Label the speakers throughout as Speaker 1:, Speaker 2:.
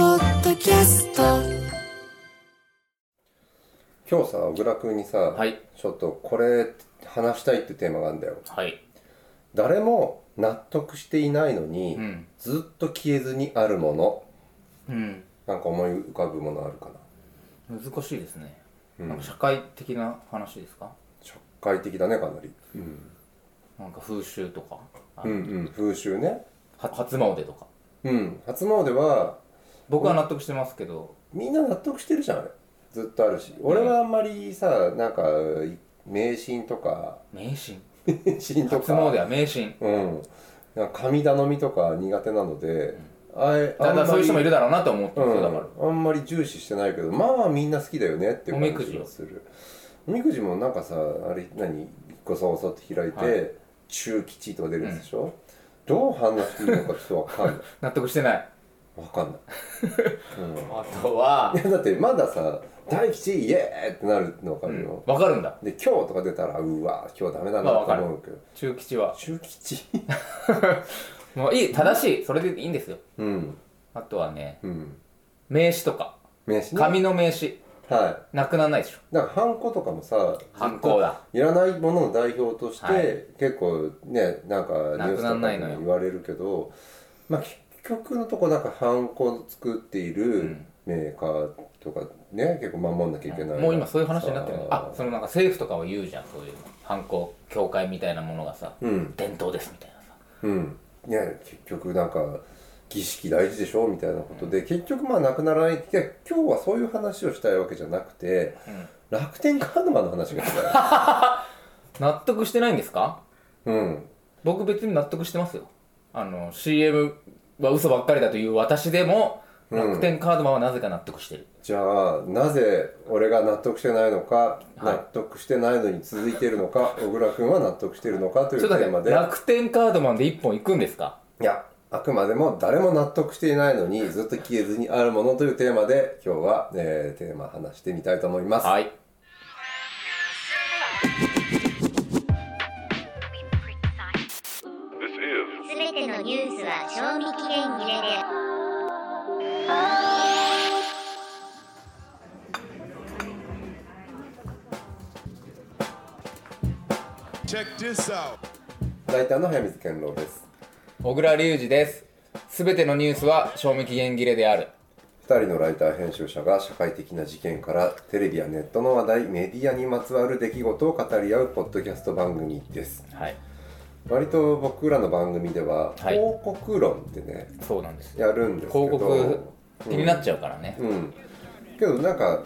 Speaker 1: キャスト
Speaker 2: 今日さ小倉君にさ、
Speaker 3: はい
Speaker 2: ちょっとこれ話したいってテーマがあるんだよ
Speaker 3: はい。
Speaker 2: 誰も納得していないのに、
Speaker 3: ん。
Speaker 2: ずっと消えずにあるもの
Speaker 3: うん。
Speaker 2: なんか思い浮かぶものあるかな
Speaker 3: 難しいですね。
Speaker 2: うん
Speaker 3: なんか社会的な話ですか
Speaker 2: 社会的だねかなり、うん、
Speaker 3: なんか風習とか、あ
Speaker 2: うんうん風習ね
Speaker 3: は初詣とか。
Speaker 2: うん初詣は
Speaker 3: 僕は納得してますけど、
Speaker 2: みんな納得してるじゃんあれずっとあるし俺はあんまりさなんか迷信とか
Speaker 3: 迷信。
Speaker 2: 迷信と
Speaker 3: 初
Speaker 2: か
Speaker 3: 詣は迷信。
Speaker 2: うんなんか神頼みとか苦手なので、あえ
Speaker 3: だ
Speaker 2: あんま
Speaker 3: か
Speaker 2: り
Speaker 3: らそういう人もいるだろうなと思ってますよ、だから。
Speaker 2: うん、あんまり重視してないけどまあみんな好きだよねっていう感じがするおみくじもなんかさあれ何一個そうそうって開いて、
Speaker 3: はい
Speaker 2: 中吉とか出るやつでしょ、どう反応していいのかちょっとわかんない
Speaker 3: 納得してない。
Speaker 2: わかんない、うん
Speaker 3: あとは、
Speaker 2: いやだってまださ「大吉イエーイ!」ってなるの分かるよ、
Speaker 3: わかるんだ。
Speaker 2: で「今日」とか出たらうわ今日ダメだな
Speaker 3: まあ
Speaker 2: と
Speaker 3: わかる
Speaker 2: 思うけど、
Speaker 3: 中吉は。
Speaker 2: 中吉
Speaker 3: もういい、正しい。それでいいんですよ。
Speaker 2: うん
Speaker 3: あとはね、
Speaker 2: うん
Speaker 3: 名刺とか。
Speaker 2: 名刺ね
Speaker 3: 紙の名刺。
Speaker 2: は
Speaker 3: なくならないでしょ。
Speaker 2: いだからハンコとかもさ
Speaker 3: ハンコだ。
Speaker 2: いらないものの代表として、
Speaker 3: はい
Speaker 2: 結構ねなんかニュースとか
Speaker 3: なくなんない
Speaker 2: で
Speaker 3: のよ
Speaker 2: も言われるけどまあ結局のとこなんかハンコを作っている
Speaker 3: ん
Speaker 2: メーカーとかね結構守んなきゃいけない、
Speaker 3: もう今そういう話になってるのあ
Speaker 2: さ
Speaker 3: そのなんか政府とかは言うじゃんそういう反抗協会みたいなものがさ、
Speaker 2: うん
Speaker 3: 伝統ですみたいなさ
Speaker 2: うんね結局なんか儀式大事でしょみたいなことで、結局まあなくならないいや今日はそういう話をしたいわけじゃなくて、
Speaker 3: ん
Speaker 2: 楽天カードマンの話がしたい
Speaker 3: 納得してないんですか
Speaker 2: うん
Speaker 3: 僕別に納得してますよあの CM は嘘ばっかりだという私でも楽天カードマンはなぜか納得してる、
Speaker 2: じゃあなぜ俺が納得してないのか、納得してないのに続いているのか小倉君は納得しているのかという
Speaker 3: ち
Speaker 2: テ
Speaker 3: ょっと
Speaker 2: ーマ
Speaker 3: 待って
Speaker 2: で
Speaker 3: 楽天カードマンで1本いくんですか
Speaker 2: いやあくまでも誰も納得していないのにずっと消えずにあるものというテーマで今日は、えーテーマ話してみたいと思います。
Speaker 3: はい
Speaker 4: すべてのニュースは賞味期限切れで
Speaker 2: ライターの早水健郎です。
Speaker 3: 小倉隆二です全てのニュースは賞味期限切れである
Speaker 2: 2人のライター編集者が社会的な事件からテレビやネットの話題メディアにまつわる出来事を語り合うポッドキャスト番組です。
Speaker 3: はい
Speaker 2: 割と僕らの番組では
Speaker 3: はい
Speaker 2: 広告論ってね、
Speaker 3: そうなんですよ
Speaker 2: やるんですけど
Speaker 3: 広告気になっちゃうからね、
Speaker 2: うん、けどなんか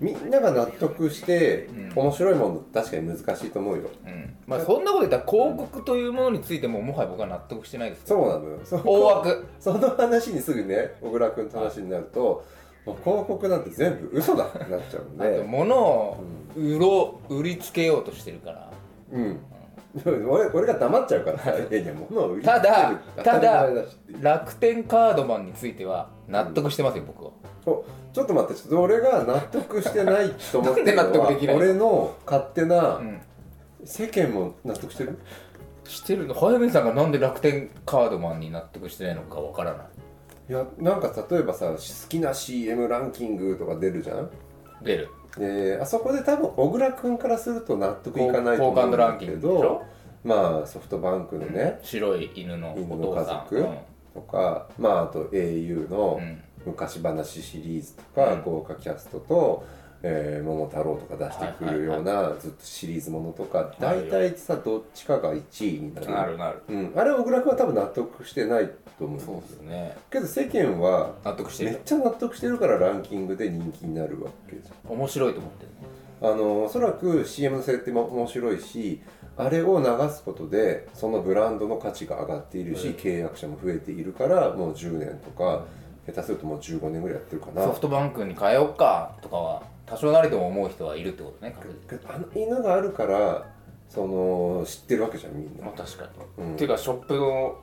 Speaker 2: みんなが納得して面白いもの確かに難しいと思うよ、
Speaker 3: うんまあ、そんなこと言ったら広告というものについてももはや僕は納得してないですよ
Speaker 2: そうなのよそこ
Speaker 3: 大枠
Speaker 2: その話にすぐね小倉君と話になると、もう広告なんて全部嘘だってなっちゃうん
Speaker 3: あと
Speaker 2: で
Speaker 3: 物を売ろう売りつけようとしてるから
Speaker 2: うん俺俺が黙っちゃうからさいやいや物を売り
Speaker 3: ただ
Speaker 2: つける
Speaker 3: た
Speaker 2: 当
Speaker 3: だ
Speaker 2: り前しっていう
Speaker 3: 楽天カードマンについては納得してますよ僕は
Speaker 2: おちょっと待ってちょっと俺が納得してないと思ってるの
Speaker 3: なんで納
Speaker 2: は
Speaker 3: 得できない
Speaker 2: 俺の勝手な、
Speaker 3: ん
Speaker 2: 世間も納得してる
Speaker 3: してるの早見さんがなんで楽天カードマンに納得してないのかわからない
Speaker 2: いやなんか例えばさ好きな CM ランキングとか出るじゃん
Speaker 3: 出る
Speaker 2: であそこで多分小倉君からすると納得いかないと思うんだけ
Speaker 3: 好感度ランキングでしょ
Speaker 2: どまあソフトバンクのね、
Speaker 3: 白い犬の
Speaker 2: 犬
Speaker 3: お
Speaker 2: の
Speaker 3: 父
Speaker 2: 家
Speaker 3: さん
Speaker 2: 族とか、まああと au の
Speaker 3: うん
Speaker 2: 昔話シリーズとか、
Speaker 3: うん
Speaker 2: 豪華キャストと「えー桃太郎」とか出してくるような、ずっとシリーズものとか
Speaker 3: ある
Speaker 2: 大
Speaker 3: よ
Speaker 2: 体さどっちかが1位になる
Speaker 3: うんなるなる
Speaker 2: うん、あれ小倉君は多分納得してないと思うんです
Speaker 3: そう
Speaker 2: よ
Speaker 3: ですね
Speaker 2: けど世間は
Speaker 3: 納得して
Speaker 2: めっ
Speaker 3: る
Speaker 2: ちゃ納得してるからランキングで人気になるわけじゃん
Speaker 3: 面白いと思ってるね
Speaker 2: あのおそらく CM の設定も面白いしあれを流すことでそのブランドの価値が上がっているし、契約者も増えているからもう10年とか、下手するともう15年ぐらいやってるかな
Speaker 3: ソフトバンクに変えようかとかは多少なりとも思う人はいるってことね確実に
Speaker 2: けどあの犬があるからその知ってるわけじゃんみん
Speaker 3: まあ
Speaker 2: な
Speaker 3: 確かに、
Speaker 2: うん
Speaker 3: っていうかショップの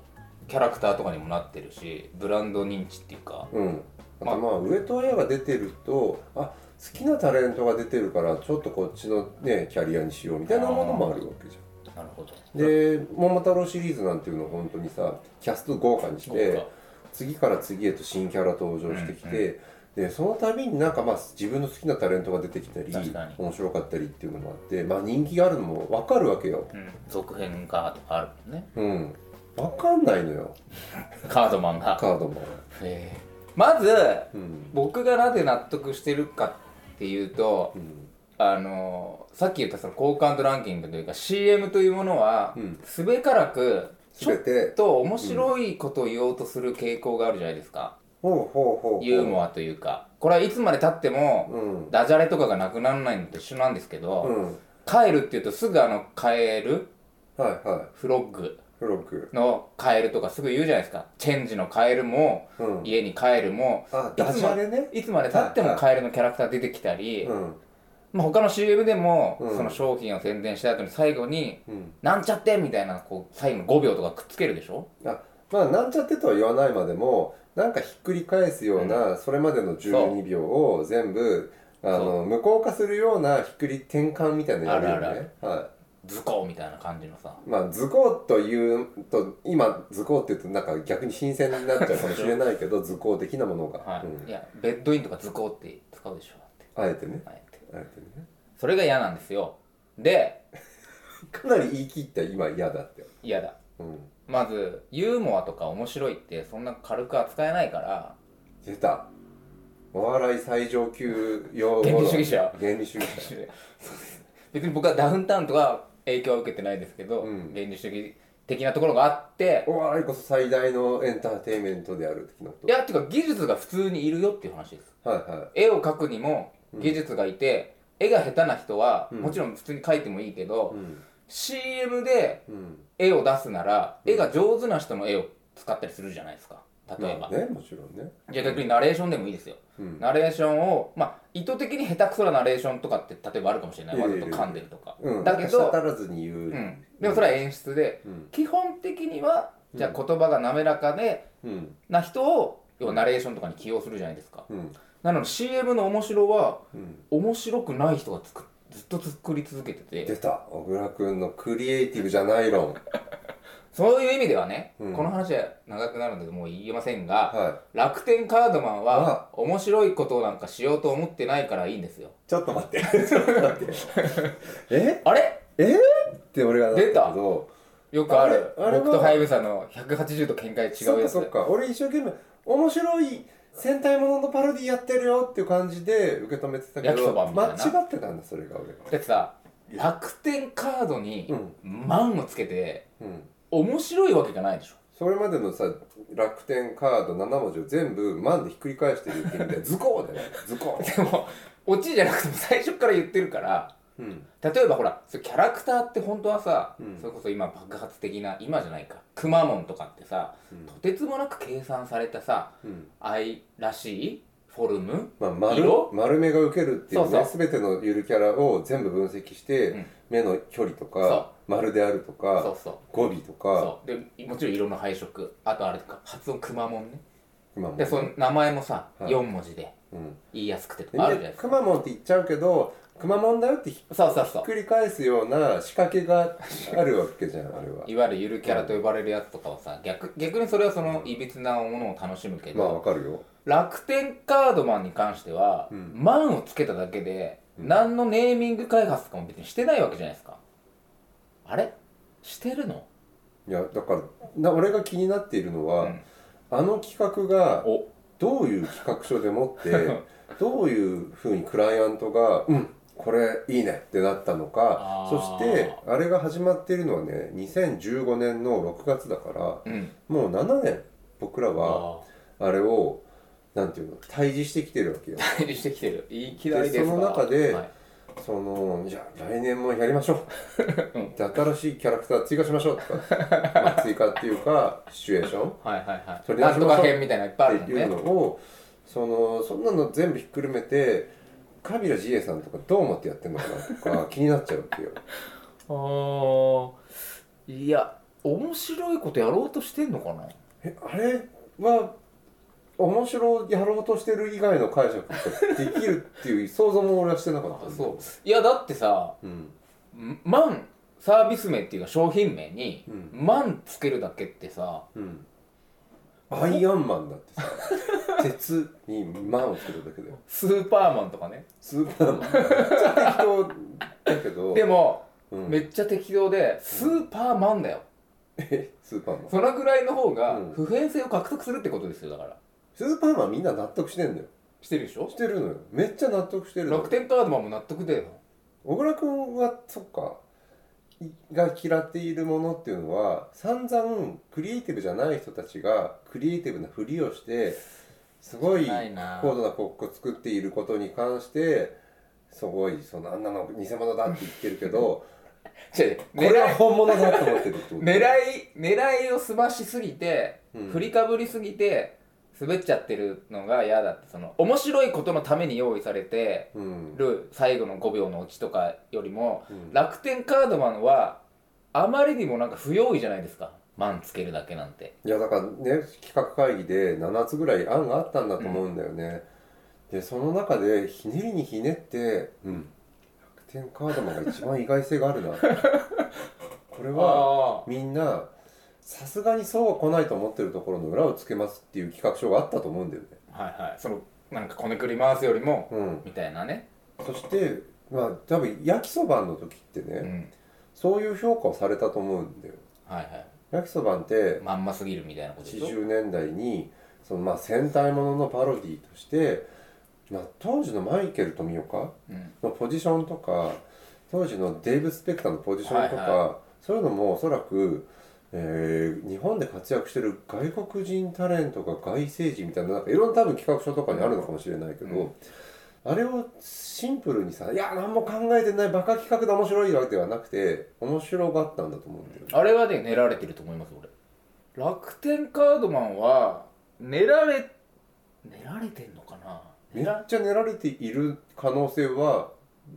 Speaker 3: キャラクターとかにもなってるしブランド認知っていうか
Speaker 2: うんあ
Speaker 3: まあ
Speaker 2: とまあ上戸彩が出てるとあ好きなタレントが出てるからちょっとこっちのねキャリアにしようみたいなものもあるわけじゃん
Speaker 3: なるほど
Speaker 2: で「桃太郎」シリーズなんていうの本当にさキャスト豪華にし
Speaker 3: 豪華
Speaker 2: て次から次へと新キャラ登場してきて、でその度になんかまあ自分の好きなタレントが出てきたり
Speaker 3: 確かに
Speaker 2: 面白かったりっていうのもあって、まあ、人気があるのも分かるわけよ
Speaker 3: うん、続編があるもんね
Speaker 2: うん分かんないのよ
Speaker 3: カードマンが
Speaker 2: カードも
Speaker 3: へえまず
Speaker 2: うん
Speaker 3: 僕がなぜ納得してるかっていうと
Speaker 2: うん
Speaker 3: あのさっき言ったその好感度ランキングというか CM というものは、
Speaker 2: うん
Speaker 3: すべからくちょ
Speaker 2: 全
Speaker 3: ってと面白いことを言おうとする傾向があるじゃないですか、
Speaker 2: ほうほうほうほう
Speaker 3: ユーモアというかこれはいつまでたっても、
Speaker 2: うん
Speaker 3: ダジャレとかがなくならないのと一緒なんですけど、
Speaker 2: うん
Speaker 3: カエルっていうとすぐあのカエル
Speaker 2: はいはい
Speaker 3: フロッグ
Speaker 2: フロック
Speaker 3: のカエルとかすぐ言うじゃないですかチェンジのカエルも、
Speaker 2: うん
Speaker 3: 家にカエルも
Speaker 2: あ
Speaker 3: いつま
Speaker 2: ダジャレね
Speaker 3: いつまでたって
Speaker 2: は
Speaker 3: も
Speaker 2: いはい
Speaker 3: カエルのキャラクター出てきたり、
Speaker 2: うん
Speaker 3: まあ、他の CM でも、
Speaker 2: うん
Speaker 3: その商品を宣伝した後に最後に
Speaker 2: うん
Speaker 3: 「なんちゃって!」みたいなこう最後の5秒とかくっつけるでしょ
Speaker 2: あまあなんちゃってとは言わないまでもなんかひっくり返すような、それまでの12秒を全部あの無効化するようなひっくり転換みたいなのやるよね
Speaker 3: ある
Speaker 2: は
Speaker 3: 図工みたいな感じのさ
Speaker 2: いまあ図工というと今図工って言うとなんか逆に新鮮になっちゃうかもしれないけ ど図工的なものが、
Speaker 3: はい、
Speaker 2: うん
Speaker 3: いやベッドインとか図工って使うでしょ
Speaker 2: あ
Speaker 3: だって
Speaker 2: えてね
Speaker 3: あえて
Speaker 2: あえてね
Speaker 3: それが嫌なんですよで
Speaker 2: かなり言い切った今嫌だって
Speaker 3: 嫌だ
Speaker 2: うん
Speaker 3: まずユーモアとか面白いってそんな軽く扱えない から
Speaker 2: 出たお笑い最上級用語
Speaker 3: 原理主義者
Speaker 2: 原理主義者
Speaker 3: そうです別に僕はダウンタウンとか影響は受けてないですけど、
Speaker 2: うん
Speaker 3: 原理主義的なところがあって
Speaker 2: お笑いこそ最大のエンターテインメントである的なこと
Speaker 3: いやっていうか技術が普通にいるよっていう話です
Speaker 2: はいは
Speaker 3: 絵を描くにも技術がいて、絵が下手な人は、
Speaker 2: うん
Speaker 3: もちろん普通に描いてもいいけど、
Speaker 2: い。ん。
Speaker 3: CM で
Speaker 2: うん。
Speaker 3: 絵を出すなら絵が上手な人の絵を使ったりするじゃないですか例えば、
Speaker 2: ね、もちろんね。
Speaker 3: じゃあ逆にナレーションでもいいですよ
Speaker 2: うん。
Speaker 3: ナレーションをまあ意図的に下手くそなナレーションとかって例えばあるかもしれない
Speaker 2: いや
Speaker 3: わ
Speaker 2: い
Speaker 3: ざ
Speaker 2: やい
Speaker 3: と
Speaker 2: や
Speaker 3: 噛んでるとか、
Speaker 2: うん、
Speaker 3: だけ
Speaker 2: 舌
Speaker 3: ど
Speaker 2: 足らずに言う。
Speaker 3: うん、でもそれは演出で、
Speaker 2: うん
Speaker 3: 基本的には
Speaker 2: うん
Speaker 3: じゃあ言葉が滑らかで
Speaker 2: うん。
Speaker 3: な人を要はナレーションとかに起用するじゃないですか、
Speaker 2: うん。
Speaker 3: なので CM の面白は
Speaker 2: うん。
Speaker 3: 面白くない人がつくずっと作り続けて
Speaker 2: 出
Speaker 3: て
Speaker 2: た。小倉くんのクリエイティブじゃない論。
Speaker 3: そういう意味ではね、
Speaker 2: うん
Speaker 3: この話は長くなるのでもう言えませんが、
Speaker 2: は
Speaker 3: 楽天カードマンは面白いことなんかしようと思ってないからいいんですよ
Speaker 2: い。ちょっと待 って。ちょっと待って。え
Speaker 3: あれ
Speaker 2: えって俺がなったけど。
Speaker 3: よくある
Speaker 2: あれあれは
Speaker 3: 僕とハイブさんの180度見解違うやつ
Speaker 2: そっかそっか。俺一生懸命、面白い戦隊もののパロディやってるよっていう感じで受け止めてたけ
Speaker 3: 焼きそば
Speaker 2: ど、
Speaker 3: みたい
Speaker 2: 間違
Speaker 3: な
Speaker 2: ってたんだ、それが俺が。
Speaker 3: だってさ楽天カードに
Speaker 2: うん
Speaker 3: 「万」をつけて
Speaker 2: うん。
Speaker 3: 面白いわけがないでし ょ
Speaker 2: それまでのさ楽天カード7文字を全部「万」でひっくり返してるって意味 で「ズコー」だよ「ズコー
Speaker 3: でもオチじゃなくても最初から言ってるから」
Speaker 2: うん
Speaker 3: 例えばほらそうキャラクターって本当はさ、
Speaker 2: うん
Speaker 3: それこそ今爆発的な今じゃないかくまモンとかってさ、
Speaker 2: うん
Speaker 3: とてつもなく計算されたさ
Speaker 2: うん
Speaker 3: 愛らしいフォルム
Speaker 2: まあ、丸
Speaker 3: 色
Speaker 2: 丸目が受けるっていうね
Speaker 3: そうそ
Speaker 2: 全てのゆるキャラを全部分析して、
Speaker 3: うん
Speaker 2: 目の距離と
Speaker 3: そう
Speaker 2: か丸であると
Speaker 3: そう
Speaker 2: か
Speaker 3: そう
Speaker 2: 語尾とか
Speaker 3: そうでもちろん色の配色あとあれとか発音くまモンね
Speaker 2: くまモン
Speaker 3: でその名前もさ、
Speaker 2: はい
Speaker 3: 四4文字で
Speaker 2: うん
Speaker 3: 言いやすくてと
Speaker 2: で
Speaker 3: かあるじゃないですか
Speaker 2: くまモンって言っちゃうけどくまモンだよってひ
Speaker 3: そうそうそ
Speaker 2: っ
Speaker 3: う
Speaker 2: くり返すような仕掛けがあるわけ じゃんあれはい
Speaker 3: わゆるゆるキャラと呼ばれるやつとかはさ逆逆にそれはそのいびつなものを楽しむけ
Speaker 2: まあ
Speaker 3: ど、
Speaker 2: わかるよ
Speaker 3: 楽天カードマンに関しては「
Speaker 2: うん
Speaker 3: マン」をつけただけで、
Speaker 2: うん
Speaker 3: 何のネーミング開発とかも別にしてないわけじゃないですかあれしてるの
Speaker 2: いやだからな俺が気になっているのは、
Speaker 3: うん
Speaker 2: あの企画が
Speaker 3: お
Speaker 2: どういう企画書でも ってどういうふうにクライアントが「うんこれいいね」ってなったのか
Speaker 3: あ
Speaker 2: そし
Speaker 3: ー
Speaker 2: てあれが始まっているのはね2015年の6月だから
Speaker 3: うん
Speaker 2: もう7年僕らは
Speaker 3: あ
Speaker 2: あれをなんていうの対峙してきてるわけよ。
Speaker 3: あ してきてるいい気だいです
Speaker 2: でその中で
Speaker 3: はい
Speaker 2: そのじゃあ来年もやりましょ
Speaker 3: う
Speaker 2: うで新しいキャラクター追加しましょうとか、まあ追加っていうかシチュエーション
Speaker 3: はいはいはい
Speaker 2: 取り
Speaker 3: な
Speaker 2: 出
Speaker 3: ん
Speaker 2: しましょう
Speaker 3: とか編みたいなのいっぱいある
Speaker 2: っ
Speaker 3: もん
Speaker 2: ていうの
Speaker 3: ね
Speaker 2: をそのそんなの全部ひっくるめてカビラジエさんとかどう思ってやってんのかなとか 気になっちゃうっていう
Speaker 3: ああいや面白いことやろうとしてんのかな
Speaker 2: えあれは面白いやろうとしてる以外の解釈ができるっていう想像も俺はしてなかった
Speaker 3: あそういやだってさ
Speaker 2: ううん
Speaker 3: んマンサービス名っていうか商品名に
Speaker 2: うん
Speaker 3: 「マン」つけるだけってさ
Speaker 2: うんアイアンマンだってさ 鉄に万をつけただけだよ
Speaker 3: スーパーマンとかね
Speaker 2: スーパーマンめっちゃ適当だけど
Speaker 3: でも、
Speaker 2: うん
Speaker 3: めっちゃ適当でスーパーマンだよ、
Speaker 2: えスーパーマン
Speaker 3: そのぐらいの方が
Speaker 2: うん
Speaker 3: 普遍性を獲得するってことですよだから
Speaker 2: スーパーマンみんな納得してんのよ
Speaker 3: してるでしょ
Speaker 2: してるのよめっちゃ納得してるのよ
Speaker 3: 楽天カードマンも納得だよ
Speaker 2: 小倉君はそっかいが嫌っているものっていうのは散々クリエイティブじゃない人たちがクリエイティブなふりをしてすごい
Speaker 3: ないな
Speaker 2: 高度な広告を作っていることに関してすごいそのあんなの偽物だって言ってるけど
Speaker 3: 違う違う
Speaker 2: これは
Speaker 3: 狙い
Speaker 2: 本物だと思ってるってこと
Speaker 3: 狙い狙いを済ましすぎて、
Speaker 2: うん
Speaker 3: 振りかぶりすぎて滑っちゃってるのが嫌だってその面白いことのために用意されて
Speaker 2: うん
Speaker 3: る最後の5秒のうちとかよりも、
Speaker 2: うん
Speaker 3: 楽天カードマンはあまりにもなんか不用意じゃないですかマンつけるだけなんて
Speaker 2: いやだからね企画会議で7つぐらい案があったんだと思うんだよね、でその中でひねりにひねって、うん、楽天カードマンが一番意外性が あるなこれは
Speaker 3: あ
Speaker 2: みんなさすがにそうは来ないと思ってるところの裏をつけますっていう企画書があったと思うんだよね、
Speaker 3: あはいはいそのなんかこねくり回すよりも、
Speaker 2: う
Speaker 3: みたいなね、
Speaker 2: ん、そしてまあ多分焼きそばの時ってね、
Speaker 3: うん、
Speaker 2: そういう評価をされたと思うんだよ
Speaker 3: はいはい
Speaker 2: 焼きそばって
Speaker 3: まんますぎるみたいなことでしょ
Speaker 2: 80年代にそのまあ戦隊もののパロディとして、まあ、当時のマイケル富岡
Speaker 3: うん
Speaker 2: のポジションとか当時のデーブ・スペクターのポジションとか、
Speaker 3: はいは
Speaker 2: そういうのもおそらく、えー日本で活躍してる外国人タレントが外星人みたいななんかいろんな多分企画書とかにあるのかもしれないけど。
Speaker 3: うん
Speaker 2: あれをシンプルにさ「いや何も考えてないバカ企画で面白いわけではなくて面白がったんだと思うんだよね
Speaker 3: あれはね練られてると思います俺楽天カードマンは練られ練られてんのかな
Speaker 2: めっ
Speaker 3: 練ら
Speaker 2: ちゃ練られている可能性は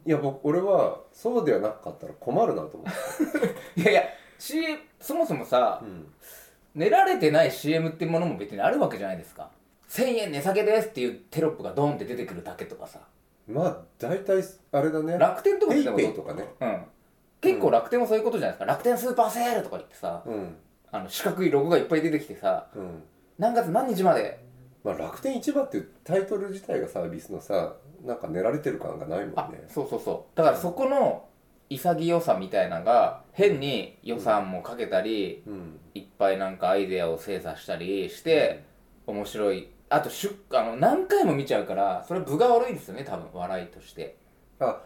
Speaker 2: いや僕俺はそうではなかったら困るなと思って、
Speaker 3: いやいや CM そもそもさ、
Speaker 2: うん
Speaker 3: 練られてない CM ってものも別にあるわけじゃないですか1000円値下げですっていうテロップがドンって出てくるだけとかさ
Speaker 2: まあ大体あれだね
Speaker 3: 楽天とか
Speaker 2: ペ
Speaker 3: で
Speaker 2: イ
Speaker 3: も
Speaker 2: ペイとかね
Speaker 3: うん結構楽天もそういうことじゃないですか、楽天スーパーセールとか言ってさ、
Speaker 2: うん
Speaker 3: あの四角いロゴがいっぱい出てきてさ
Speaker 2: うん
Speaker 3: 何月何日まで
Speaker 2: まあ楽天市場っていうタイトル自体がサービスのさなんか練られてる感がないもん
Speaker 3: あ
Speaker 2: ね
Speaker 3: そうそうそうだからそこの潔さみたいなのが変に予算もかけたり、
Speaker 2: うん
Speaker 3: いっぱいなんかアイデアを精査したりして、面白いあと出あの何回も見ちゃうからそれ分が悪いですよね多分笑いとして、
Speaker 2: あ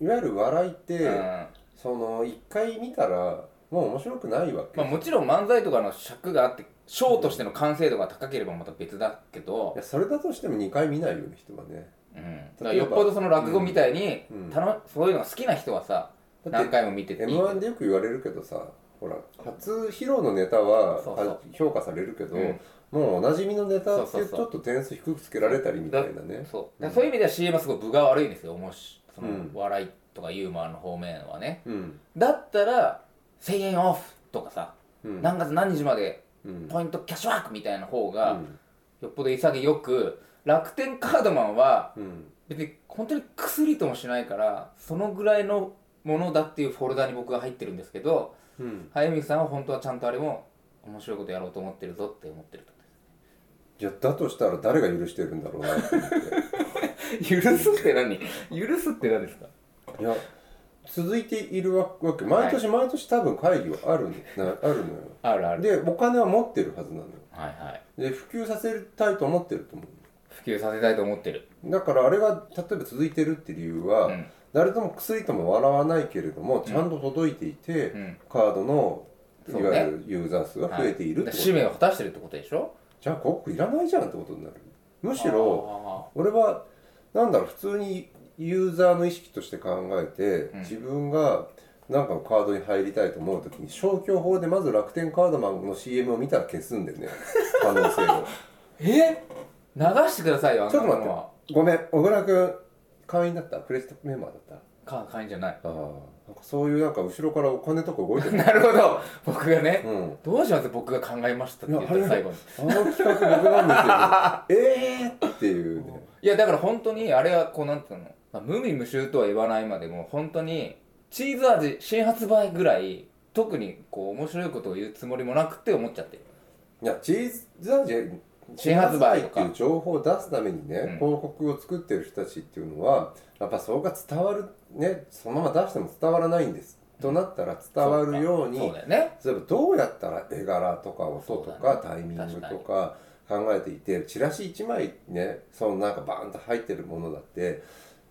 Speaker 2: いわゆる笑いって、
Speaker 3: うん
Speaker 2: その一回見たらもう面白くないわけ、
Speaker 3: まあ、もちろん漫才とかの尺があってショーとしての完成度が高ければまた別だけど
Speaker 2: いや、それだとしても2回見ないよね人はね
Speaker 3: うん、だからよっぽどその落語みたいに、
Speaker 2: うん
Speaker 3: たのそういうのが好きな人はさ
Speaker 2: だって
Speaker 3: 何回も見てていい
Speaker 2: m 1でよく言われるけどさほら初披露のネタは
Speaker 3: そうそう
Speaker 2: あ評価されるけど、
Speaker 3: うん
Speaker 2: もうおなじみのネタって
Speaker 3: そうそう
Speaker 2: ち
Speaker 3: そう
Speaker 2: ょっと点数低くつけられたりみたいなね
Speaker 3: そうだからそういう意味では CM はすごい分が悪いんですよもしその
Speaker 2: うん
Speaker 3: 笑いとかユーモアの方面はね、
Speaker 2: うん
Speaker 3: だったら1000円オフとかさ、
Speaker 2: うん
Speaker 3: 何月何日まで
Speaker 2: うん
Speaker 3: ポイントキャッシュバックみたいな方
Speaker 2: う
Speaker 3: が、
Speaker 2: ん
Speaker 3: よっぽど潔く楽天カードマンは
Speaker 2: うん
Speaker 3: 別に本当に薬ともしないからそのぐらいのものだっていうフォルダに僕が入ってるんですけど
Speaker 2: うん
Speaker 3: 早見さんは本当はちゃんとあれも面白いことやろうと思ってるぞって思ってると
Speaker 2: いやだとしたら誰が許してるんだろうなって思っ
Speaker 3: 許すって何 許すって何ですか
Speaker 2: ていや続いているわけ毎年毎年多分会議はある,、 なあるのよ
Speaker 3: あるある
Speaker 2: でお金は持ってるはずなのよ
Speaker 3: はいはい
Speaker 2: で普及させたいと思ってると思う
Speaker 3: 普及させたいと思ってる
Speaker 2: だからあれが例えば続いてるって理由は、
Speaker 3: うん
Speaker 2: 誰とも薬とも笑わないけれどもちゃんと届いていて、
Speaker 3: うん
Speaker 2: カードのい
Speaker 3: そうね
Speaker 2: わゆるユーザー数が増えているってこ
Speaker 3: はい
Speaker 2: と、
Speaker 3: 使命を果たしてるってことでしょ
Speaker 2: じゃあ広告いらないじゃんってことになるむ
Speaker 3: む
Speaker 2: しろ俺はなんだろう普通にユーザーの意識として考えて、
Speaker 3: うん
Speaker 2: 自分がなんかのカードに入りたいと思う時に消去法でまず楽天カードマンの CM を見たら消すんだよ ね可能性を
Speaker 3: え流してくださいよあん
Speaker 2: ちょ
Speaker 3: な
Speaker 2: っと待っ
Speaker 3: もの
Speaker 2: て
Speaker 3: は
Speaker 2: ごめん小倉君会員だったクレジットメンバーだった
Speaker 3: か会員じゃない
Speaker 2: ああなんかそういうなんか後ろからお金とか動いてる
Speaker 3: なるほど僕がね、
Speaker 2: うん
Speaker 3: どうします僕が考えましたって言った
Speaker 2: いや
Speaker 3: ら最後に
Speaker 2: あの企画僕なんですよええーっていう ね
Speaker 3: いやだから本当にあれはこうなんていうの、まあ、無味無臭とは言わないまでも本当にチーズ味新発売ぐらい特にこう面白いことを言うつもりもなくって思っちゃってる
Speaker 2: いやチーズ味
Speaker 3: 新発売と
Speaker 2: ってい
Speaker 3: か
Speaker 2: う情報を出すためにね、
Speaker 3: うん
Speaker 2: 広告を作ってる人たちっていうのはやっぱそれが伝わるねそのまま出しても伝わらないんです、となったら伝わるように
Speaker 3: そうだよね
Speaker 2: 例えばどうやったら絵柄とか音と
Speaker 3: そうだ
Speaker 2: か
Speaker 3: ね
Speaker 2: タイミングとか考えていてチラシ1枚ねそのなんかバーンと入ってるものだって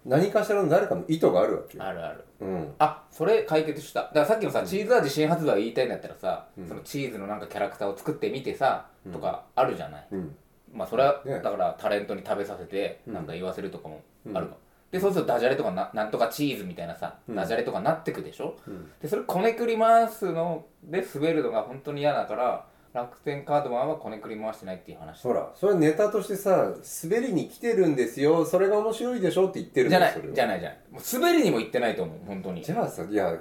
Speaker 2: 何かしらの誰かの意図があるわけよ。
Speaker 3: あるある
Speaker 2: うん、
Speaker 3: あそれ解決しただからさっきのさ、チーズ味新発売言いたいんだったらさ、そのチーズのなんかキャラクターを作ってみてさ、とかあるじゃない
Speaker 2: うん、
Speaker 3: まあそれは
Speaker 2: ね
Speaker 3: だからタレントに食べさせてなんか言わせるとかもあるかも、でそうするとダジャレとかななんとかチーズみたいなさ、
Speaker 2: うん
Speaker 3: ダジャレとかなってくでしょ、
Speaker 2: うん
Speaker 3: でそれこねくり回すので滑るのが本当に嫌だから楽天カードマンはこねくり回してないっていう話
Speaker 2: ほらそれはネタとしてさ滑りに来てるんですよそれが面白いでしょって言ってるん
Speaker 3: じゃ
Speaker 2: で
Speaker 3: ない
Speaker 2: す
Speaker 3: じゃ
Speaker 2: い
Speaker 3: ないじゃないもう滑りにも行ってないと思う本当に
Speaker 2: じゃあさいや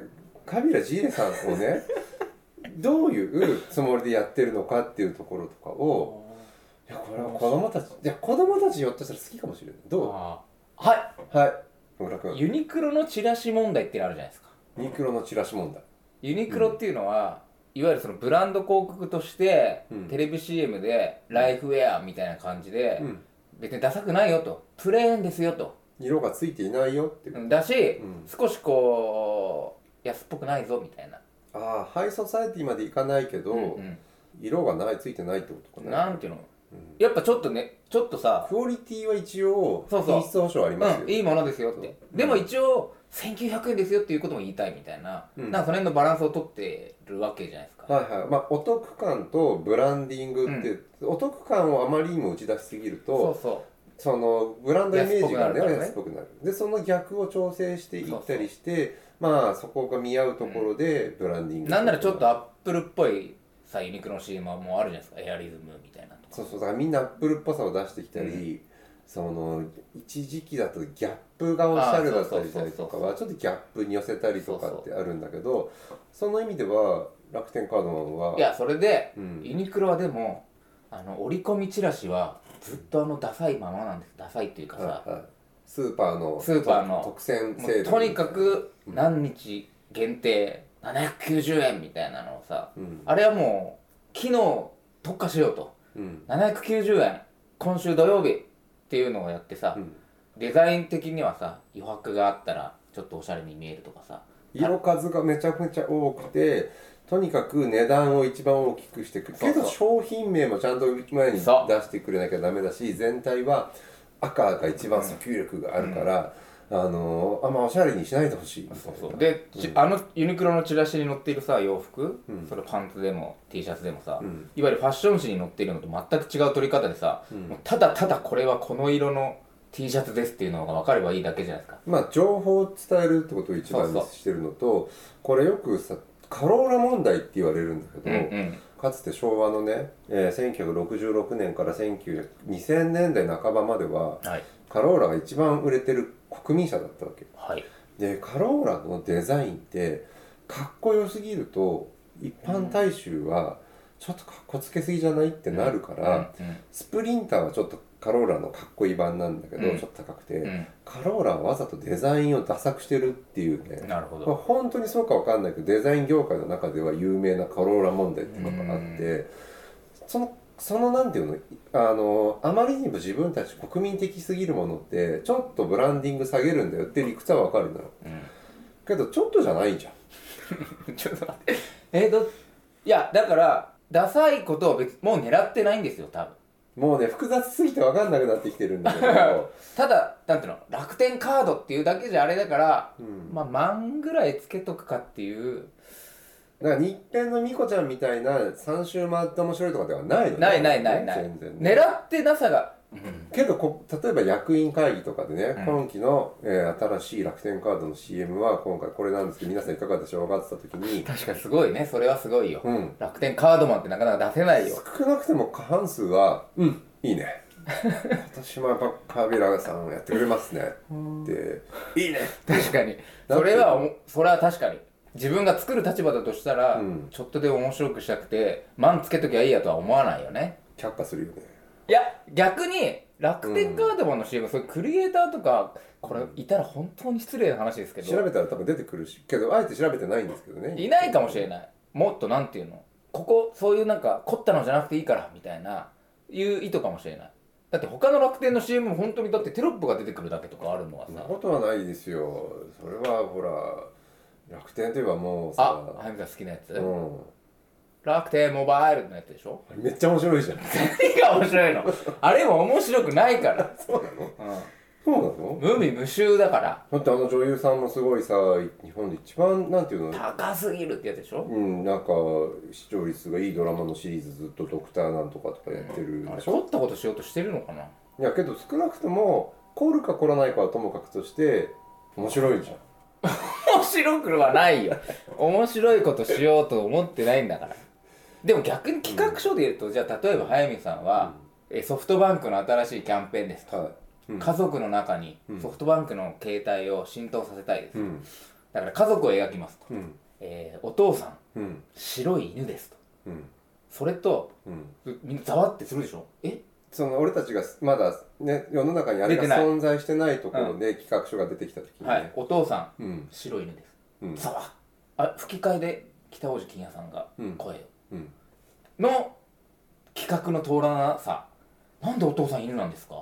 Speaker 2: カビラジーレさんをね どういうつもりでやってるのかっていうところとかをいやこれは子供たちいや子供たちひょっとしたら好きかもしれないど
Speaker 3: あーは
Speaker 2: うはい小倉君
Speaker 3: いユニクロのチラシ問題っていうのあるじゃないですか
Speaker 2: ユニクロのチラシ問題
Speaker 3: ユニクロっていうのは、いわゆるそのブランド広告として、
Speaker 2: うん
Speaker 3: テレビ CM でライフウェアみたいな感じで、
Speaker 2: うん
Speaker 3: 別にダサくないよとプレーンですよと
Speaker 2: 色がついていないよっていう、
Speaker 3: だし、
Speaker 2: ん
Speaker 3: 少しこう安っぽくないぞみたいな、
Speaker 2: ああハイソサエティまでいかないけど、
Speaker 3: うん
Speaker 2: 色がないついてないってことか
Speaker 3: な
Speaker 2: なん
Speaker 3: ていうの、やっぱちょっとねちょっとさ、
Speaker 2: クオリティは一応
Speaker 3: そうそう
Speaker 2: 品質保証ありますよ、
Speaker 3: うん、いいものですよって、
Speaker 2: うん
Speaker 3: でも一応1900円ですよっていうことも言いたいみたいな、
Speaker 2: うん
Speaker 3: なんかその辺のバランスを取ってるわけじゃないですか、
Speaker 2: はいはいまあ、お得感とブランディングって、お得感をあまりにも打ち出しすぎる
Speaker 3: そ
Speaker 2: と
Speaker 3: うそ
Speaker 2: そのブランドイメージがね
Speaker 3: 安
Speaker 2: 安
Speaker 3: っ
Speaker 2: っぽくなるでその逆を調整していったりしてまあそこが見合うところでブランディン
Speaker 3: う
Speaker 2: グ、
Speaker 3: なんならちょっとアップルっぽいさユニクロの CM はもうあるじゃないですかエアリズムみたいなとか
Speaker 2: そうそうだからみんなアップルっぽさを出してきたり、
Speaker 3: う
Speaker 2: その一時期だとギャップがおしゃれだったりしたりとか
Speaker 3: あ
Speaker 2: はちょっとギャップに寄せたりとかってあるんだけどその意味では楽天カードマンはい
Speaker 3: やそれで、
Speaker 2: うん
Speaker 3: ユニクロはでもあの折り込みチラシはずっとあのダサいままなんですダサいっていうかさ、
Speaker 2: はいはいスーパーの
Speaker 3: スーパーの
Speaker 2: 特選
Speaker 3: も
Speaker 2: セール
Speaker 3: うとにかく何日限定790円みたいなのをさ、
Speaker 2: うん
Speaker 3: あれはもう機能特化しようと
Speaker 2: うん
Speaker 3: 790円今週土曜日っていうのをやってさ、
Speaker 2: うん
Speaker 3: デザイン的にはさ余白があったらちょっとおしゃれに見えるとかさ
Speaker 2: 色数がめちゃくちゃ多くてとにかく値段を一番大きくしてく
Speaker 3: そうそう
Speaker 2: けど商品名もちゃんと前に出
Speaker 3: そう
Speaker 2: してくれなきゃダメだし全体は赤が一番訴求力があるから、あのーあんまおしゃれにしないでほしいみたいな
Speaker 3: そうそうで、ちあのユニクロのチラシに載っているさ洋服、
Speaker 2: うん
Speaker 3: それパンツでも T シャツでもさ、
Speaker 2: うん
Speaker 3: いわゆるファッション誌に載っているのと全く違う撮り方でさ、
Speaker 2: うん
Speaker 3: もうただただこれはこの色の T シャツですっていうのが分かればいいだけじゃないですか
Speaker 2: まあ情報を伝えるってことを一番にしてるのとこれよくさカローラ問題って言われるんだけど、
Speaker 3: うんうん
Speaker 2: かつて昭和のね、えー1966年から1900 2000年代半ばまでは
Speaker 3: はい
Speaker 2: カローラが一番売れてる国民車だったわけ
Speaker 3: はい
Speaker 2: でカローラのデザインってかっこよすぎると一般大衆はちょっとかっこつけすぎじゃないってなるから、
Speaker 3: うん
Speaker 2: スプリンターはちょっとカローラのかっこいい版なんだけど、
Speaker 3: うん
Speaker 2: ちょっと高くて、
Speaker 3: うん
Speaker 2: カローラはわざとデザインをダサくしてるっていうね
Speaker 3: うんなるほ
Speaker 2: まあ、
Speaker 3: ど
Speaker 2: 本当にそうかわかんないけどデザイン業界の中では有名なカローラ問題っていうのがあってそのそのなんていうのあのあまりにも自分たち国民的すぎるものってちょっとブランディング下げるんだよって理屈はわかるんだろうけどちょっとじゃないじゃん
Speaker 3: うん ちょっと待ってえどいやだからダサいことを別もう狙ってないんですよ多分
Speaker 2: もうね複雑すぎてわかんなくなってきてるんだけ ど
Speaker 3: ただなんていうの楽天カードっていうだけじゃあれだから、
Speaker 2: うん
Speaker 3: まあ万ぐらいつけとくかっていう
Speaker 2: だから日編のミコちゃんみたいな三周回って面白いとかではないのね
Speaker 3: ないないないない、
Speaker 2: 全然ね
Speaker 3: 狙ってなさが、うん
Speaker 2: けどこ例えば役員会議とかでね、
Speaker 3: うん
Speaker 2: 今期の、えー新しい楽天カードの CM は今回これなんですけど皆さんいかがでしょうかって言った時に、
Speaker 3: 確かにすごいねそれはすごいよ、
Speaker 2: うん、
Speaker 3: 楽天カードマンってなかなか出せないよ
Speaker 2: 少なくても過半数は「うんいいね」今年もやっぱカビラさんやってくれますねって
Speaker 3: いいね確かにそれはおもそれは確かに自分が作る立場だとしたら、
Speaker 2: うん
Speaker 3: ちょっとでも面白くしたくてマンつけときゃいいやとは思わないよね
Speaker 2: 却下するよね
Speaker 3: いや逆に楽天カードマンの CM、そういうクリエイターとかこれいたら本当に失礼な話ですけど
Speaker 2: 調べたら多分出てくるしけどあえて調べてないんですけどね
Speaker 3: いないかもしれないもっとなんていうのここそういうなんか凝ったのじゃなくていいからみたいないう意図かもしれないだって他の楽天の CM も本当にだってテロップが出てくるだけとかあるのは
Speaker 2: そんな
Speaker 3: さ
Speaker 2: ことはないですよそれはほら楽天といえばもう
Speaker 3: あ
Speaker 2: さ
Speaker 3: はやみさん好きなやつ、
Speaker 2: う
Speaker 3: 楽天モバイルのやつでしょ
Speaker 2: んめっちゃ面白いじゃん
Speaker 3: 何が面白いのあれも面白くない から、
Speaker 2: そうなの
Speaker 3: う
Speaker 2: そうなの
Speaker 3: ん、無味無臭だから
Speaker 2: だってあの女優さんもすごいさ日本で一番なんていうの
Speaker 3: 高すぎるってやつでしょ
Speaker 2: うん、なんか視聴率がいいドラマのシリーズずっと「ドクターなんとか」とかやってる
Speaker 3: あ
Speaker 2: で
Speaker 3: れ
Speaker 2: しょ、
Speaker 3: 取ったことしようとしてるのかない
Speaker 2: やけど少なくとも来るか来らないかはともかくとして面白いじゃん
Speaker 3: 面白くはないよ面白いことしようと思ってないんだからでも逆に企画書で言うと、じゃあ例えば早見さんは、えソフトバンクの新しいキャンペーンですと、
Speaker 2: はい、うん
Speaker 3: 家族の中に
Speaker 2: うん
Speaker 3: ソフトバンクの携帯を浸透させたいです、
Speaker 2: うん
Speaker 3: だから家族を描きますと、
Speaker 2: うん
Speaker 3: えーお父さん
Speaker 2: うん
Speaker 3: 白い犬ですと
Speaker 2: うん
Speaker 3: それと
Speaker 2: うん
Speaker 3: うみんなざわってするでしょえ
Speaker 2: その俺たちがまだね世の中にあれが
Speaker 3: 出てない
Speaker 2: 存在してないところで企画書が出てきた時にね、
Speaker 3: はいお父さ
Speaker 2: うん
Speaker 3: ん白い犬です
Speaker 2: うん
Speaker 3: ざわっあ吹き替えで北大路欣也さんが
Speaker 2: うん
Speaker 3: 声を、
Speaker 2: うん
Speaker 3: の企画の通らなさなんでお父さん犬なんですか、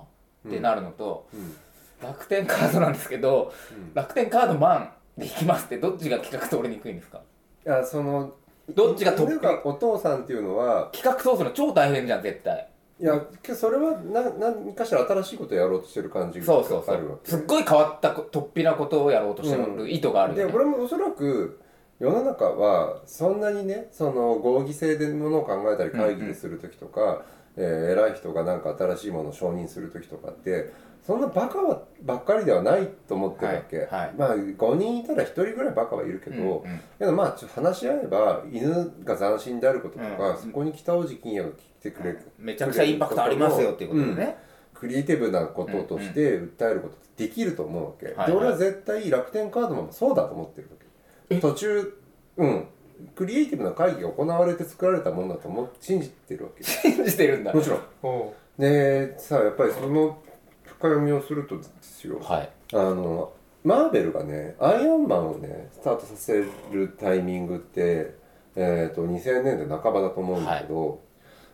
Speaker 3: ってなるのと
Speaker 2: うん
Speaker 3: 楽天カードなんですけど、
Speaker 2: うん
Speaker 3: 楽天カードマンでいきますってどっちが企画通りにくいんですか
Speaker 2: いやその
Speaker 3: どっちがトップ
Speaker 2: なんかお父さんっていうのは
Speaker 3: 企画通すの超大変じゃん絶対
Speaker 2: いやけそれはな何かしら新しいことをやろうとしてる感じがあ
Speaker 3: そ
Speaker 2: るわ
Speaker 3: う
Speaker 2: け
Speaker 3: そうそうすっ
Speaker 2: ね
Speaker 3: ごい変わったことっぴなことをやろうとして
Speaker 2: う
Speaker 3: る
Speaker 2: ん
Speaker 3: 意図がある
Speaker 2: で
Speaker 3: よ、ね
Speaker 2: 俺もおそらく世の中はそんなにねその合議制でものを考えたり会議でする時とか、えー偉い人が何か新しいものを承認する時とかってそんなバカはばっかりではないと思ってるわけ、
Speaker 3: はいはい
Speaker 2: まあ5人いたら1人ぐらいバカはいるけど、
Speaker 3: うんうん
Speaker 2: けどまあちょっと話し合えば犬が斬新であることとか、
Speaker 3: うん
Speaker 2: そこに北大路欣也が来てくれる、
Speaker 3: めちゃくちゃインパクトありますよっていうことでね、
Speaker 2: クリエイティブなこととして訴えることってできると思うわけ、
Speaker 3: はいはい
Speaker 2: で俺は絶対楽天カードマンもそうだと思ってるわけ途中うんクリエイティブな会議が行われて作られたものだと思う信じてるわ け
Speaker 3: 信じてるんだ
Speaker 2: もちろん
Speaker 3: お
Speaker 2: でさあやっぱりその深読みをするとですよ、
Speaker 3: うはい
Speaker 2: あのマーベルがねアイアンマンをねスタートさせるタイミングって、えー、と2000年代半ばだと思うんだけど、お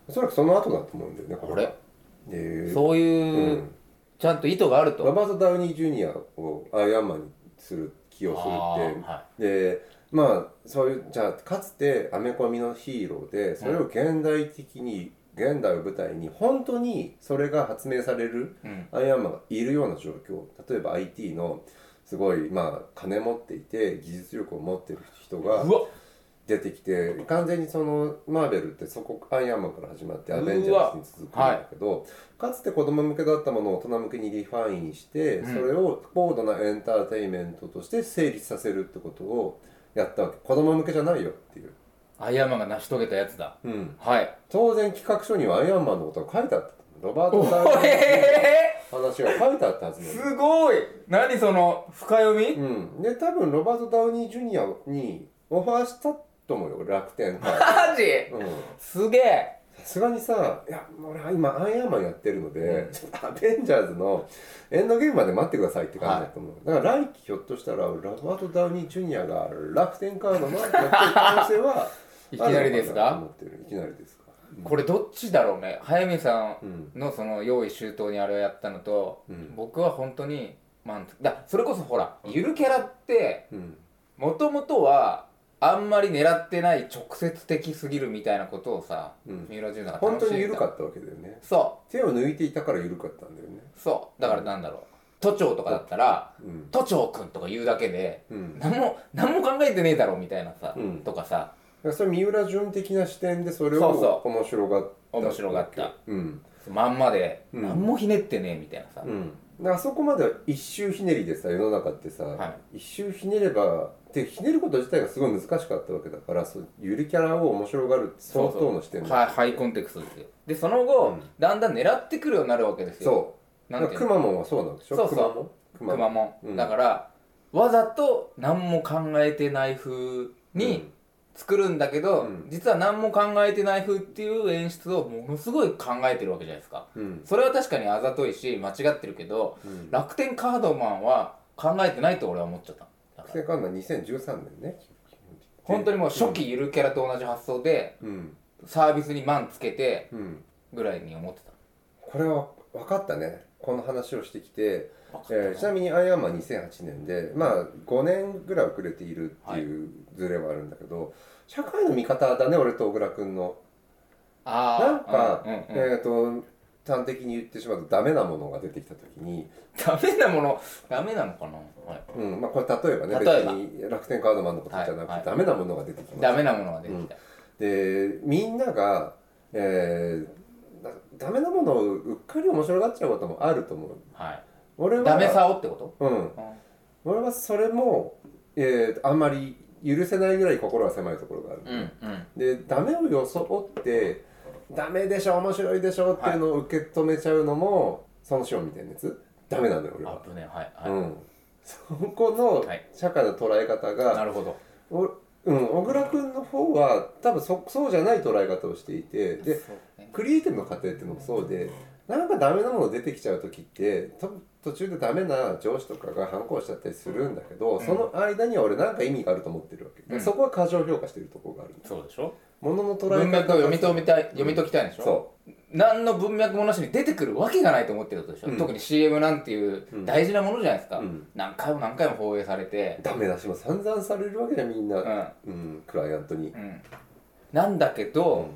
Speaker 2: そらくその後だと思うんだよね
Speaker 3: これ
Speaker 2: で
Speaker 3: そういう、
Speaker 2: うん
Speaker 3: ちゃんと意図があると
Speaker 2: ロバート・ダウニー・ジュニアをアイアンマンにする起用するって
Speaker 3: あーは
Speaker 2: でまあそういうじゃあかつてアメコミのヒーローでそれを現代的に、現代を舞台に本当にそれが発明される
Speaker 3: い、うん
Speaker 2: アイアンマンがいるような状況例えば IT のすごいまあ金持っていて技術力を持ってる人が
Speaker 3: うわ
Speaker 2: 出てきて完全にそのマーベルってそこアイアンマンから始まって
Speaker 3: うわ
Speaker 2: アベンジャーズに続くんだけど、かつて子供向けだったものを大人向けにリファインして、
Speaker 3: うん
Speaker 2: それを高度なエンターテインメントとして成立させるってことをやったわけ子供向けじゃないよっていう、
Speaker 3: アイアンマンが成し遂げたやつだ
Speaker 2: うん、
Speaker 3: はい
Speaker 2: 当然企画書にはアイアンマンのことが書いてあったロバー
Speaker 3: お
Speaker 2: ト・ダウニー
Speaker 3: え
Speaker 2: の話が書いてあったはず
Speaker 3: ー、
Speaker 2: なの
Speaker 3: すごい何その深読み、
Speaker 2: うん、で多分ロバート・ダウニー・ジュニアにオファーしたと思うよ楽天から、
Speaker 3: マジ
Speaker 2: うん
Speaker 3: すげえ
Speaker 2: さすがにさ「いや俺は今アイアンマンやってるので、 ちょっとアベンジャーズのエンドゲームまで待ってください」って感じだと思う、だから来季ひょっとしたらロバート・ダウニー・ジュニアが楽天カードのやってる可能性は
Speaker 3: いきなりです
Speaker 2: ある
Speaker 3: か
Speaker 2: のかなと思ってるいきなりですか
Speaker 3: これどっちだろうね早見さ
Speaker 2: うん
Speaker 3: んのその用意周到にあれをやったのと、
Speaker 2: うん
Speaker 3: 僕は本当に満足だそれこそほらゆるキャラって
Speaker 2: うん
Speaker 3: もともとはあんまり狙ってない直接的すぎるみたいなことをさ、
Speaker 2: うん
Speaker 3: 三浦淳さんが
Speaker 2: 本当に緩か
Speaker 3: っ
Speaker 2: ったわけだよね
Speaker 3: たそ
Speaker 2: 手を抜いていたから緩かったんだよね
Speaker 3: うそうだからなんだろう、都庁とかだったら
Speaker 2: うん
Speaker 3: 都庁くんとか言うだけで
Speaker 2: うん
Speaker 3: 何も何も考えてねえだろみたいなさ、
Speaker 2: うん
Speaker 3: とかさ
Speaker 2: だからそれ三浦淳的な視点でそれ
Speaker 3: そう
Speaker 2: を
Speaker 3: そ
Speaker 2: 面白がった
Speaker 3: 面白がった
Speaker 2: うん
Speaker 3: まんまで
Speaker 2: うん
Speaker 3: 何もひねってねえみたいなさ、
Speaker 2: うんだからそこまでは一周ひねりでさ世の中ってさ、
Speaker 3: は
Speaker 2: 一周ひねればでひねること自体がすごい難しかったわけだからそうゆるキャラを面白がるって相当の視点
Speaker 3: はい、ハイコンテクストですよでその後、
Speaker 2: うん
Speaker 3: だんだん狙ってくるようになるわけですよ
Speaker 2: そう
Speaker 3: な
Speaker 2: だ
Speaker 3: ん
Speaker 2: か
Speaker 3: て
Speaker 2: ら
Speaker 3: いう
Speaker 2: く
Speaker 3: の
Speaker 2: まモンはそうなんでしょ
Speaker 3: そうそ
Speaker 2: く
Speaker 3: うく
Speaker 2: まモ
Speaker 3: ま
Speaker 2: ン
Speaker 3: モン、
Speaker 2: うん
Speaker 3: だからわざと何も考えてない風に作るんだけど、
Speaker 2: うん
Speaker 3: 実は何も考えてない風っていう演出をものすごい考えてるわけじゃないですか
Speaker 2: うんうん
Speaker 3: それは確かにあざといし間違ってるけど
Speaker 2: うんラ
Speaker 3: 楽天カードマンは考えてないと俺は思っちゃった
Speaker 2: ッ
Speaker 3: だか
Speaker 2: ク
Speaker 3: ら
Speaker 2: セカンナ2013年ね
Speaker 3: 本当にもう初期ゆるキャラと同じ発想で
Speaker 2: うん
Speaker 3: サービスにマンつけて
Speaker 2: うん
Speaker 3: ぐらいに思ってた
Speaker 2: これは分かったねこの話をしてきて
Speaker 3: 分かった
Speaker 2: えーちなみに「アイアンマン」2008年でまあ5年ぐらい遅れているっていうズレはあるんだけど、社会の見方だね俺と小倉君の
Speaker 3: あー
Speaker 2: なんか、
Speaker 3: うんうんうん
Speaker 2: えっ、と端的に言ってしまうとダメなものが出てきた時に、
Speaker 3: ダメなものダメなのかな、はい、
Speaker 2: うんまあ、これ例えばね
Speaker 3: 例えば
Speaker 2: 別に楽天カードマンのことじゃなくて、
Speaker 3: はいはい
Speaker 2: ダメなものが出てきます
Speaker 3: ダメなものが出てきた、
Speaker 2: でみんなが、えー、だダメなものをうっかり面白がっちゃうこともあると思う
Speaker 3: はい
Speaker 2: 俺は
Speaker 3: ダメさをってこと
Speaker 2: うん
Speaker 3: うん
Speaker 2: 俺はそれも、えーあんまり許せないぐらい心が狭いところがある、
Speaker 3: うんうん
Speaker 2: でダメを装ってダメでしょ面白いでしょっていうのを受け止めちゃうのも、その師匠みたいなやつダメなんだよ俺は、
Speaker 3: 危ねはいはい、
Speaker 2: うんそこの
Speaker 3: はい
Speaker 2: 社会の捉え方が、
Speaker 3: なるほど
Speaker 2: おうん、小倉君の方は多分そそうじゃない捉え方をしていてで
Speaker 3: そうね
Speaker 2: クリエイティブの過程っていうのもそうでなんかダメなもの出てきちゃう時ってと途中でダメな上司とかが反抗しちゃったりするんだけど、
Speaker 3: ん
Speaker 2: その間には俺なんか意味があると思ってるわけ、だからそこは過剰評価してるところがあるんです
Speaker 3: そうでしょ
Speaker 2: 物の捉え方
Speaker 3: 文脈を読み解きたい読み解きたいんでしょ、
Speaker 2: そ
Speaker 3: 何の文脈もなしに出てくるわけがないと思ってることでしょ、
Speaker 2: うん
Speaker 3: 特に CM なんていう大事なものじゃないですか、
Speaker 2: うん
Speaker 3: 何回も何回も放映され
Speaker 2: う
Speaker 3: て
Speaker 2: ダメ出しも散々されるわけじゃんみんな、
Speaker 3: う
Speaker 2: うん
Speaker 3: ん
Speaker 2: クライアントに
Speaker 3: う、んなんだけど、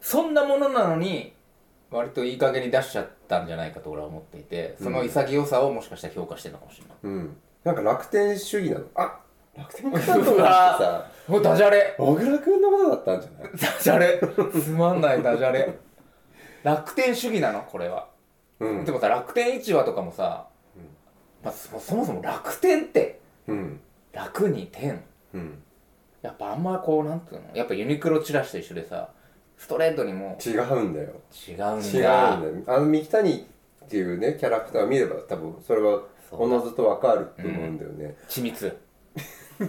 Speaker 3: そんなものなのに割といい加減に出しちゃったんじゃないかと俺は思っていてその潔さをもしかしたら評価してるのかもしれない、
Speaker 2: うん、なんか楽天主義なのあ楽天カードマンって
Speaker 3: う
Speaker 2: さ
Speaker 3: わもうダジャレ
Speaker 2: 小倉君のことだったんじゃない
Speaker 3: ダジャレつまんないダジャレ楽天主義なのこれは、
Speaker 2: うん
Speaker 3: でもさ楽天市話とかもさ、まあ、そそもそも楽天って
Speaker 2: うん
Speaker 3: 楽に天
Speaker 2: うん
Speaker 3: やっぱあんまこうなんていうのやっぱユニクロチラシと一緒でさストレートにも
Speaker 2: 違うんだよ
Speaker 3: う違うんだ
Speaker 2: 違うんだよあの三木谷っていうねキャラクターを見れば多分それは
Speaker 3: そうだ
Speaker 2: おのずとわかると思うんだよね、
Speaker 3: 緻密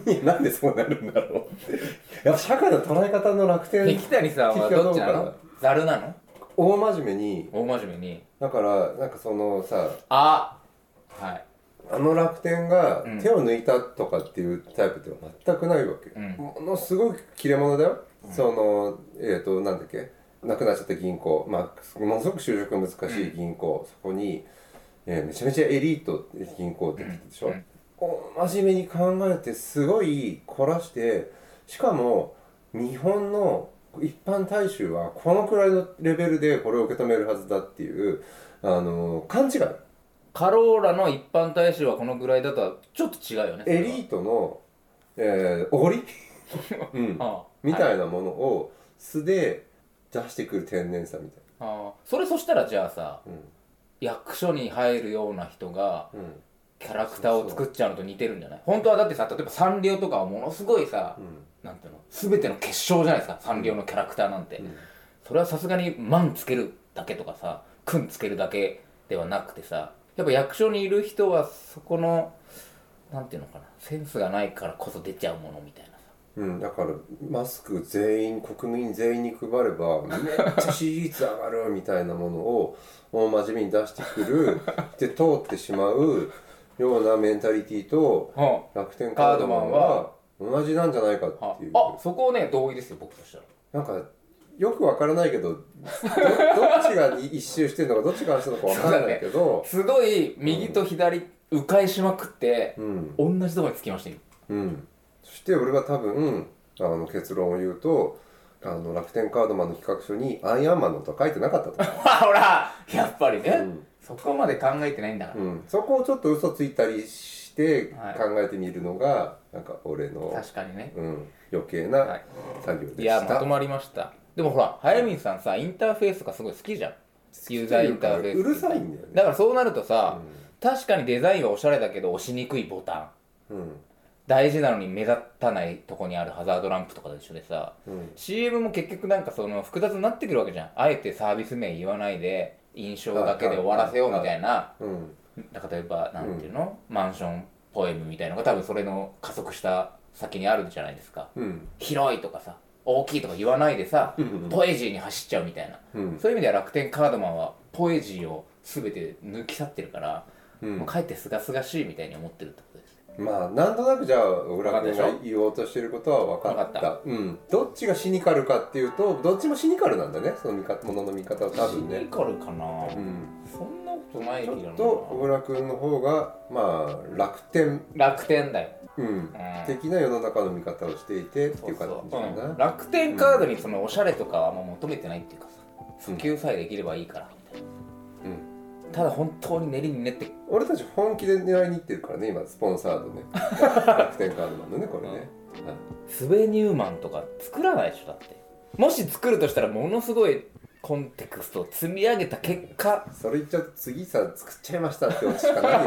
Speaker 2: いやなんでそうなるんだろうやっぱ社会の捉え方の楽
Speaker 3: 三
Speaker 2: 天
Speaker 3: 木谷さんはどっちなのざるなの
Speaker 2: 大真面目に
Speaker 3: 大真面目に
Speaker 2: だからなんかそのさ
Speaker 3: あはい
Speaker 2: あの楽天が
Speaker 3: うん
Speaker 2: 手を抜いたとかっていうタイプでは全くないわけ、
Speaker 3: うん
Speaker 2: ものすごく切れ者だよ、そのえっ、となんだっけなくなっちゃった銀行、まあ、ものすごく就職が難しい銀行、そこに、えーめちゃめちゃエリート銀行ってでしょ、
Speaker 3: うん
Speaker 2: こう真面目に考えてすごい凝らしてしかも日本の一般大衆はこのくらいのレベルでこれを受け止めるはずだっていうあの勘違い
Speaker 3: カローラの一般大衆はこのぐらいだとはちょっと違うよね
Speaker 2: エリートの、えー、おごり、うん
Speaker 3: ああ
Speaker 2: み
Speaker 3: はい
Speaker 2: たいなものを素で出してくる天然さみたい
Speaker 3: ああそれそしたらじゃあさ
Speaker 2: な、
Speaker 3: 役所に入るような人が
Speaker 2: うん
Speaker 3: キャラクターを作っちゃうのと似てるんじゃない本当はだってさ例えばサンリオとかはものすごいさ、
Speaker 2: ん
Speaker 3: なんていうの全ての結晶じゃないですかサンリオのキャラクターなんて、
Speaker 2: ん
Speaker 3: それはさすがに「マン」つけるだけとかさ「くん」つけるだけではなくてさやっぱ役所にいる人はそこのなんていうのかなセンスがないからこそ出ちゃうものみたいなさ
Speaker 2: うんだからマスク全員国民全員に配ればめっちゃ支持率上がるみたいなものをもう真面目に出してくるで通ってしまうようなメンタリティと
Speaker 3: うん
Speaker 2: 楽天カードマンは同じなんじゃないか
Speaker 3: あ
Speaker 2: っていう
Speaker 3: あそこをね同意ですよ僕としたら
Speaker 2: なんかよくわからないけどどどっちが一周してるのかどっちが走るのかわからないけど
Speaker 3: すごい右と左迂回しまくって
Speaker 2: う、ん
Speaker 3: 同じとこにつきましたよ
Speaker 2: うんそして俺は多分あの結論を言うとあの楽天カードマンの企画書にアイアンマンのことは書いてなかったと思
Speaker 3: あ ほらやっぱりね、
Speaker 2: うん
Speaker 3: そこまで考えてないんだか
Speaker 2: う、うん、そこをちょっと嘘ついたりして
Speaker 3: はい
Speaker 2: 考えてみるのが、なんか俺
Speaker 3: ら、
Speaker 2: の、
Speaker 3: 確かにね
Speaker 2: うん、余計
Speaker 3: は
Speaker 2: ない作業でし
Speaker 3: い
Speaker 2: た、
Speaker 3: やまとまりましたでもほら早見さんさインターフェースがすごい好きじゃんユーザーインターフェース
Speaker 2: うるさいんだよね
Speaker 3: だからそうなるとさ、確かにデザインはおしゃれだけど押しにくいボタン
Speaker 2: うん
Speaker 3: 大事なのに目立たないとこにあるハザードランプとかと一緒でさ、
Speaker 2: うん、
Speaker 3: CM も結局なんかその複雑になってくるわけじゃんあえてサービス名言わないで印象だけで終わらせようみたいな
Speaker 2: うん、
Speaker 3: だから例えばなんていうの、マンションポエムみたいなのが多分それの加速した先にあるんじゃないですか
Speaker 2: うん、
Speaker 3: 広いとかさ大きいとか言わないでさ、ポエジーに走っちゃうみたいな、
Speaker 2: うん
Speaker 3: そういう意味では楽天カードマンはポエジーを全て抜き去ってるから、
Speaker 2: ん
Speaker 3: もうかえってすがすがしいみたいに思ってるってことですね
Speaker 2: まあなんとなくじゃあ小倉君
Speaker 3: 分かった
Speaker 2: が
Speaker 3: で
Speaker 2: 言おうとしてることは分かった
Speaker 3: 分か
Speaker 2: うん、どっちがシニカルかっていうとどっちもシニカルなんだねその見方ものの見方は多
Speaker 3: シ
Speaker 2: 分
Speaker 3: ニ
Speaker 2: ね、
Speaker 3: カルかな、
Speaker 2: うん、
Speaker 3: そんなことない
Speaker 2: ち
Speaker 3: け
Speaker 2: ょ
Speaker 3: ど
Speaker 2: っ
Speaker 3: な
Speaker 2: と小倉君の方がまあ楽天、
Speaker 3: 楽天だよ、
Speaker 2: うん
Speaker 3: う、ん
Speaker 2: 的な世の中の見方をしていてって
Speaker 3: そ
Speaker 2: いうう感
Speaker 3: そ
Speaker 2: じ
Speaker 3: う
Speaker 2: かな
Speaker 3: うん楽天カードにそのおしゃれとかはもう求めてないっていうかさ
Speaker 2: うん
Speaker 3: 普及さえできればいいからみたいな
Speaker 2: うん
Speaker 3: ただ本当に練りに練って
Speaker 2: 俺たち本気で狙いに行ってるからね今スポンサード ね楽天カードマンのねこれね、はい
Speaker 3: スベニューマンとか作らないでしょだってもし作るとしたらものすごいコンテクストを積み上げた結果
Speaker 2: それ言っちゃうと次さ作っちゃいましたって落ちしかないよ大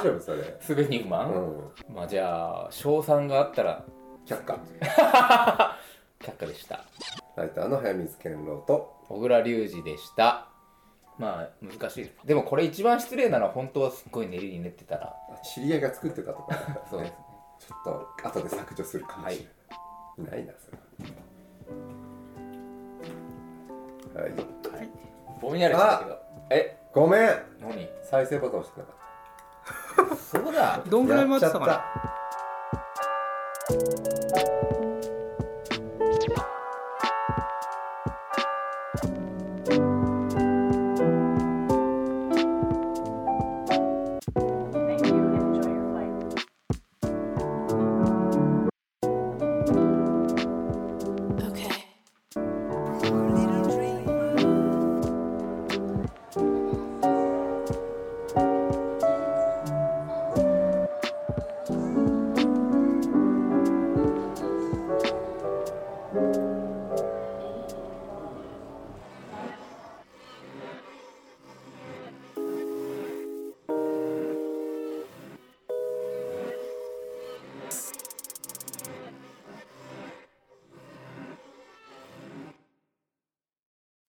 Speaker 2: 丈夫それ
Speaker 3: スベニューマ
Speaker 2: う
Speaker 3: ン、
Speaker 2: ん
Speaker 3: まあじゃあ賞賛があったら
Speaker 2: 却下
Speaker 3: 却下でした
Speaker 2: ライターの早水健郎と
Speaker 3: 小倉隆二でしたまあ難しいですでもこれ一番失礼なのは本当はすっごい練りに練ってたら
Speaker 2: 知り合いが作ってたとかだからね、
Speaker 3: そうですね
Speaker 2: ちょっと後で削除するかもしれない、ないなそれははい
Speaker 3: ぼんやりしたけどえ
Speaker 2: ごめん
Speaker 3: 何
Speaker 2: 再生ボタン押してなかっ
Speaker 3: そうだ
Speaker 1: ど
Speaker 2: た
Speaker 1: んぐらい
Speaker 2: や
Speaker 1: 待
Speaker 2: っ
Speaker 1: っ
Speaker 2: ち
Speaker 1: て
Speaker 2: ゃった
Speaker 1: かな
Speaker 2: た